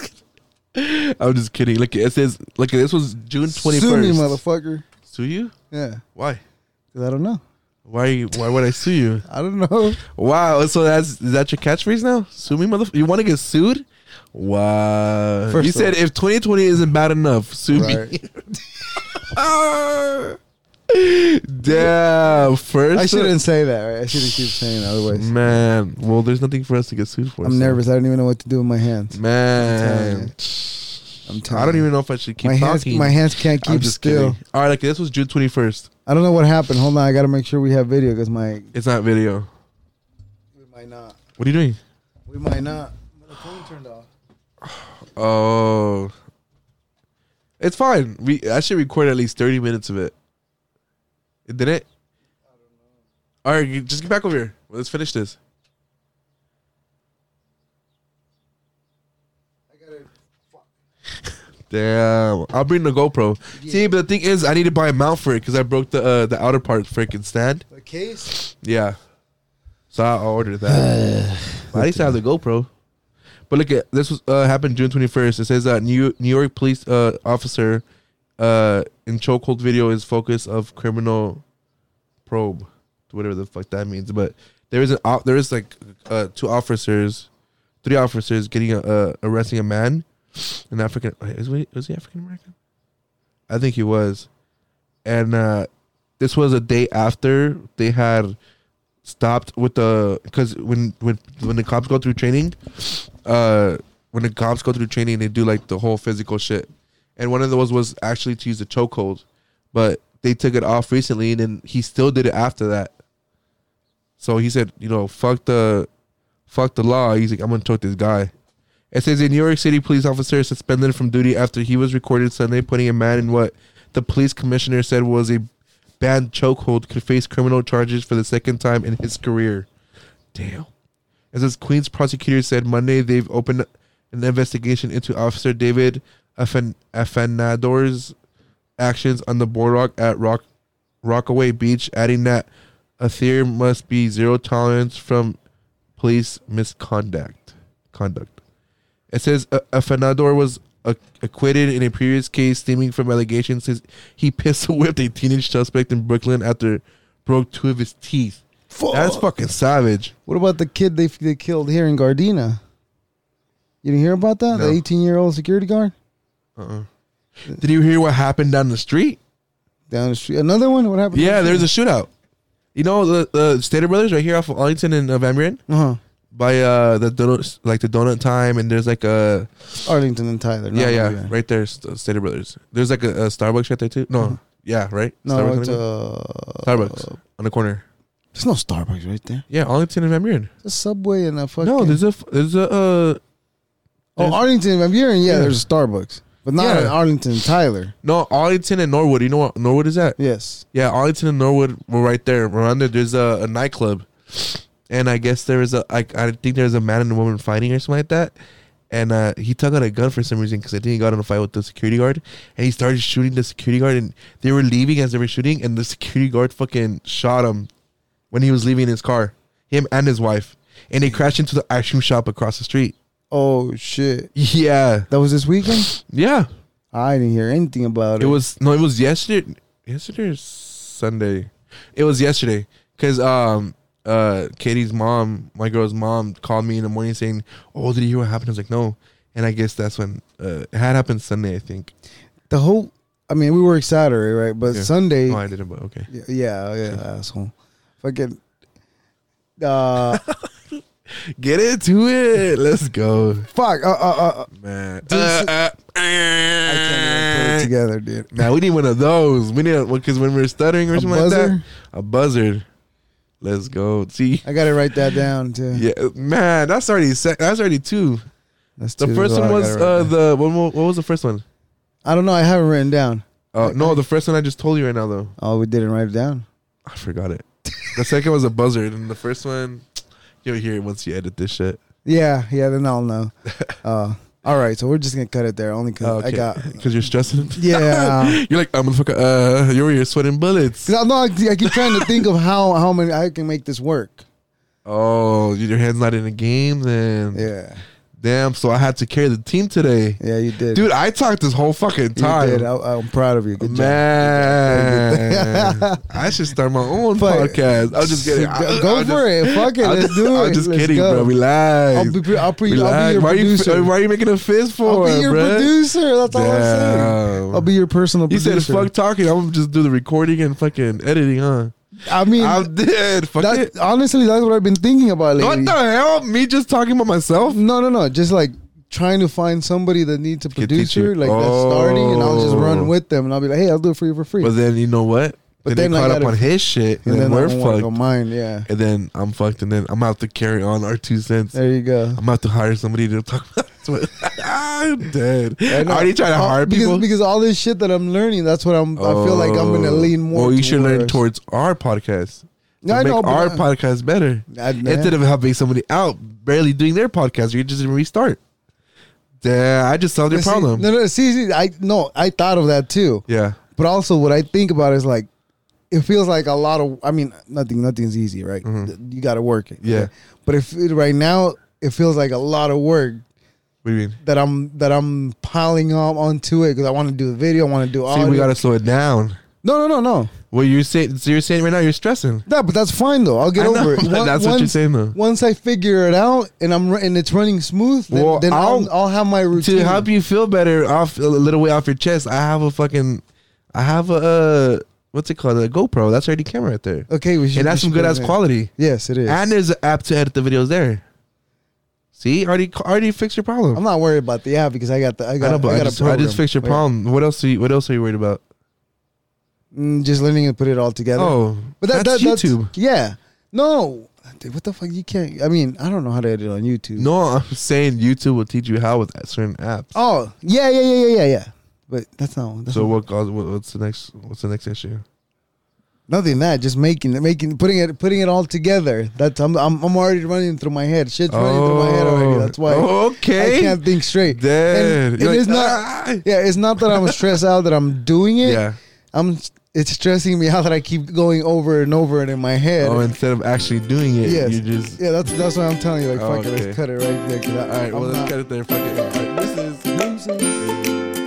Speaker 2: kidding. I'm just kidding. Look, it says look. This was June twenty
Speaker 1: Sue me,
Speaker 2: first.
Speaker 1: motherfucker.
Speaker 2: Sue you?
Speaker 1: Yeah,
Speaker 2: Why?
Speaker 1: 'Cause I don't know.
Speaker 2: Why? you- Why would I sue you?
Speaker 1: I don't know.
Speaker 2: Wow. So that's is that your catchphrase now? Sue me, motherfucker. You want to get sued? Wow.
Speaker 1: First
Speaker 2: you
Speaker 1: of
Speaker 2: said if 2020 isn't bad enough, sue
Speaker 1: Right.
Speaker 2: me. Damn. First,
Speaker 1: I
Speaker 2: of-
Speaker 1: shouldn't say that. Right? I shouldn't keep saying that, otherwise.
Speaker 2: Man, well, there's nothing for us to get sued for.
Speaker 1: I'm
Speaker 2: so.
Speaker 1: nervous. I don't even know what to do with my hands. telling
Speaker 2: Man,
Speaker 1: I'm telling
Speaker 2: I don't
Speaker 1: you.
Speaker 2: even know if I should keep
Speaker 1: my hands,
Speaker 2: talking.
Speaker 1: my hands can't keep
Speaker 2: I'm just
Speaker 1: still.
Speaker 2: kidding. All right, okay, this was June 21st.
Speaker 1: I don't know what happened. Hold on, I gotta make sure we have video because my
Speaker 2: It's not video.
Speaker 1: we might not.
Speaker 2: What are you doing?
Speaker 1: We might not. The phone turned off.
Speaker 2: Oh, it's fine. We I should record at least 30 minutes of it. It did it. All right, you- just get back over here. Well, Let's finish this.
Speaker 1: I gotta.
Speaker 2: Damn, I'll bring the GoPro. See, but the thing is, I need to buy a mount for it because I broke the uh, the outer part freaking stand.
Speaker 1: The case.
Speaker 2: Yeah. So I ordered that. I used to have the GoPro. But look at this was uh, happened June twenty first. It says that New New York police uh, officer uh, in chokehold video is focus of criminal probe, whatever the fuck that means. But there is an op- there is like uh, two officers, three officers getting a, uh, arresting a man, an African. wait, Is he, was he African American? I think he was, and uh, this was a day after they had stopped with the because when when when the cops go through training, uh, when the cops go through training, they do like the whole physical shit, and one of those was actually to use the chokehold, but they took it off recently, and then he still did it after that. So he said, you know, fuck the, fuck the law. He's like, I'm gonna choke this guy. It says a New York City police officer suspended from duty after he was recorded Sunday putting a man in what the police commissioner said was a banned chokehold could face criminal charges for the second time in his career. Damn. It says Queens prosecutors said Monday they've opened an investigation into Officer David Afan- Afanador's actions on the boardwalk at Rock Rockaway Beach, adding that a there must be zero tolerance from police misconduct. Conduct. It says uh, Afanador was ac- acquitted in a previous case stemming from allegations his, he pistol whipped a teenage suspect in Brooklyn after broke two of his teeth. That's
Speaker 1: Oh.
Speaker 2: fucking savage.
Speaker 1: What about the kid they they killed here in Gardena? You didn't hear about that?
Speaker 2: No.
Speaker 1: The 18 year old security guard Uh-uh.
Speaker 2: Did you hear what happened down the street?
Speaker 1: down the street. Another one. What happened?
Speaker 2: Yeah, there's a shootout. You know the, the Stater Brothers right here off of Arlington and uh, Van Buren
Speaker 1: Uh
Speaker 2: by uh the donuts like the donut time and there's like a
Speaker 1: huh. Arlington and Tyler. not
Speaker 2: yeah yeah
Speaker 1: Van Buren.
Speaker 2: right there St- Stater Brothers. There's like a, a Starbucks right there too. No, yeah right. Starbucks,
Speaker 1: Uh-huh. No,
Speaker 2: on
Speaker 1: it's,
Speaker 2: the corner?
Speaker 1: uh,
Speaker 2: Starbucks on the corner.
Speaker 1: There's no Starbucks right there.
Speaker 2: Yeah, Arlington and Van Buren.
Speaker 1: It's a Subway and a fucking.
Speaker 2: No, there's a f- there's a uh,
Speaker 1: oh
Speaker 2: there's-
Speaker 1: Arlington and Van Buren. Yeah,
Speaker 2: Yeah.
Speaker 1: there's a Starbucks, but not
Speaker 2: Yeah.
Speaker 1: in Arlington and Tyler.
Speaker 2: no Arlington and Norwood. You know what Norwood is at?
Speaker 1: Yes.
Speaker 2: Yeah, Arlington and Norwood were right there. Around there, there's a, a nightclub, and I guess there was a I, I think there was a man and a woman fighting or something like that. And uh, he took out a gun for some reason because I think he got in a fight with the security guard, and he started shooting the security guard. And they were leaving as they were shooting, and the security guard fucking shot him when he was leaving his car, him and his wife, and they crashed into the ice cream shop across the street.
Speaker 1: Oh shit.
Speaker 2: Yeah,
Speaker 1: That was this weekend.
Speaker 2: yeah.
Speaker 1: I didn't hear anything about it.
Speaker 2: It was no, it was yesterday. Yesterday or Sunday. It was yesterday because um uh Katie's mom, my girl's mom, called me in the morning saying, "Oh, did you hear what happened?" I was like, "No," and I guess that's when uh, it had happened Sunday. I think.
Speaker 1: the whole. I mean, we work Saturday, right? But
Speaker 2: Yeah. Oh,
Speaker 1: Sunday,
Speaker 2: No, I didn't. But okay.
Speaker 1: yeah, yeah, yeah, asshole, fucking. Uh,
Speaker 2: Get into it. Let's go,
Speaker 1: fuck. Uh, uh, uh,
Speaker 2: man.
Speaker 1: Dude,
Speaker 2: Uh,
Speaker 1: so-
Speaker 2: uh,
Speaker 1: I can't
Speaker 2: Eh.
Speaker 1: even put it together, dude.
Speaker 2: Now we need one of those. We need because when we're stuttering or
Speaker 1: A
Speaker 2: something like
Speaker 1: buzzer?
Speaker 2: that, a buzzard. Let's go. See,
Speaker 1: I gotta write that down too.
Speaker 2: yeah, man, that's already sec- that's already two.
Speaker 1: That's
Speaker 2: The
Speaker 1: two.
Speaker 2: first
Speaker 1: That's
Speaker 2: one
Speaker 1: all I
Speaker 2: was
Speaker 1: gotta write
Speaker 2: uh,
Speaker 1: down.
Speaker 2: the what, wa- what was the first one?
Speaker 1: I don't know. I haven't written down.
Speaker 2: Uh, no, the first one I just told you right now though.
Speaker 1: Oh, we didn't write it down.
Speaker 2: I forgot it. The second was a buzzard, and the first one you'll hear it once you edit this shit.
Speaker 1: Yeah, yeah. Then I'll know. Uh, all right. So we're just gonna cut it there, only
Speaker 2: Oh,
Speaker 1: because I got.
Speaker 2: because you're stressing.
Speaker 1: Yeah.
Speaker 2: you're like I'm gonna fuck. Uh, you're you're sweating bullets.
Speaker 1: No, no. I, I keep trying to think of how how many I can make this work.
Speaker 2: Oh, your hand's not in the game then.
Speaker 1: Yeah,
Speaker 2: Damn. So I had to carry the team today.
Speaker 1: yeah. You did,
Speaker 2: Dude, I talked this whole fucking
Speaker 1: You
Speaker 2: time.
Speaker 1: did. I, I'm proud of you. Good job.
Speaker 2: Man, I should start my own
Speaker 1: But-
Speaker 2: podcast. I'm just kidding.
Speaker 1: Go- go for it. Fuck it.
Speaker 2: I'm
Speaker 1: Let's
Speaker 2: just,
Speaker 1: do
Speaker 2: I'm
Speaker 1: it.
Speaker 2: just
Speaker 1: Let's
Speaker 2: kidding,
Speaker 1: go.
Speaker 2: bro. Relax.
Speaker 1: I'll be, pre- I'll, pre- I'll
Speaker 2: Relax.
Speaker 1: be your
Speaker 2: why
Speaker 1: producer.
Speaker 2: Are you, why are you making a fist
Speaker 1: I'll
Speaker 2: for,
Speaker 1: be your
Speaker 2: bruh?
Speaker 1: producer. That's all I'm saying.
Speaker 2: Damn.
Speaker 1: I'll be your personal
Speaker 2: You
Speaker 1: producer.
Speaker 2: said fuck talking. I'm gonna just do the recording and fucking editing, huh?
Speaker 1: I mean,
Speaker 2: I'm dead. Fuck
Speaker 1: that,
Speaker 2: it.
Speaker 1: honestly, that's what I've been thinking about
Speaker 2: What
Speaker 1: lately.
Speaker 2: the hell? Me just talking about myself?
Speaker 1: No, no, no. Just like trying to find somebody that needs a
Speaker 2: Can teach you.
Speaker 1: producer, like that's starting, and I'll just
Speaker 2: Oh.
Speaker 1: run with them, and I'll be like, "Hey, I'll do it for you for free."
Speaker 2: But then you know what?
Speaker 1: But
Speaker 2: then, they
Speaker 1: then I
Speaker 2: caught up
Speaker 1: gotta-
Speaker 2: on his shit, and, then,
Speaker 1: I
Speaker 2: we're
Speaker 1: won't work on
Speaker 2: fucked.
Speaker 1: mine. Yeah,
Speaker 2: And then I'm fucked, and then I'm out to carry on our two cents.
Speaker 1: there you go.
Speaker 2: I'm about to hire somebody to talk about this. I'm dead. I
Speaker 1: know.
Speaker 2: already trying to
Speaker 1: Oh,
Speaker 2: hire
Speaker 1: because,
Speaker 2: people.
Speaker 1: because all this shit that I'm learning, that's what I'm. I feel like I'm gonna
Speaker 2: Oh.
Speaker 1: lean more.
Speaker 2: Well, you should learn
Speaker 1: towards.
Speaker 2: towards our podcast.
Speaker 1: No,
Speaker 2: To
Speaker 1: I
Speaker 2: make
Speaker 1: know, but
Speaker 2: our
Speaker 1: I-
Speaker 2: podcast better
Speaker 1: I-
Speaker 2: instead of helping somebody out, barely doing their podcast. You just restart. Damn, I just solved your
Speaker 1: See,
Speaker 2: problem.
Speaker 1: No, no, see, see, I no, I thought of that too.
Speaker 2: Yeah,
Speaker 1: But also, what I think about is like, it feels like a lot of. I mean, nothing, nothing's easy, right? Th- You got to work it.
Speaker 2: Mm-hmm. Yeah.
Speaker 1: But if it- right now it feels like a lot of work
Speaker 2: what do you mean?
Speaker 1: that I'm that I'm piling on onto it because I want to do the video, I want to do all.
Speaker 2: See, we gotta slow it down.
Speaker 1: no, no, no, no.
Speaker 2: Well, you're saying, so you're saying right now you're stressing.
Speaker 1: No, but that's fine though. I'll get
Speaker 2: I know,
Speaker 1: over it.
Speaker 2: but that's what you're saying, though.
Speaker 1: Once I figure it out and I'm ru- and it's running smooth, then,
Speaker 2: Well,
Speaker 1: then I'll,
Speaker 2: I'll-
Speaker 1: I'll have my routine.
Speaker 2: To help you feel better, off a little way off your chest, I have a fucking, I have a uh, what's it called? A GoPro. That's already camera right there.
Speaker 1: Okay, we should.
Speaker 2: and that's some
Speaker 1: we should
Speaker 2: good
Speaker 1: put
Speaker 2: ass
Speaker 1: it in.
Speaker 2: quality.
Speaker 1: Yes, it is.
Speaker 2: And there's an app to edit the videos there. See, already already fixed your problem.
Speaker 1: I'm not worried about the app because I got the I got
Speaker 2: I know, but I,
Speaker 1: got
Speaker 2: just,
Speaker 1: a
Speaker 2: I
Speaker 1: program. Oh,
Speaker 2: just fixed your
Speaker 1: Wait.
Speaker 2: problem. What else? Are you, what else are you worried about?
Speaker 1: Mm, just learning to put it all together.
Speaker 2: Oh,
Speaker 1: but that,
Speaker 2: that's
Speaker 1: that,
Speaker 2: YouTube.
Speaker 1: That's, yeah, no, dude, what the fuck? You can't. I mean, I don't know how to edit on YouTube.
Speaker 2: no, I'm saying YouTube will teach you how with certain apps.
Speaker 1: Oh yeah, yeah, yeah, yeah, yeah, yeah. But that's not. That's
Speaker 2: so
Speaker 1: not,
Speaker 2: what caused? What, what's the next? What's the next issue?
Speaker 1: nothing that just making it, making putting it putting it all together. That's I'm I'm, I'm already running through my head. Shit's running through my head already. That's why
Speaker 2: Oh, Okay.
Speaker 1: I can't think straight.
Speaker 2: Damn.
Speaker 1: And it
Speaker 2: You're like,
Speaker 1: is not.
Speaker 2: "Ah."
Speaker 1: Yeah, it's not that I'm stressed out that I'm doing it.
Speaker 2: Yeah.
Speaker 1: I'm. It's stressing me out that I keep going over and over it in my head.
Speaker 2: Oh, instead of actually doing it,
Speaker 1: Yes.
Speaker 2: you just.
Speaker 1: Yeah, that's that's what I'm telling you. Like,
Speaker 2: Oh,
Speaker 1: fuck it,
Speaker 2: okay.
Speaker 1: let's cut it right there. 'cause I,
Speaker 2: All right. Well,
Speaker 1: I'm
Speaker 2: let's
Speaker 1: not-
Speaker 2: cut it there. Fuck it. All right, this is-
Speaker 1: Deuces.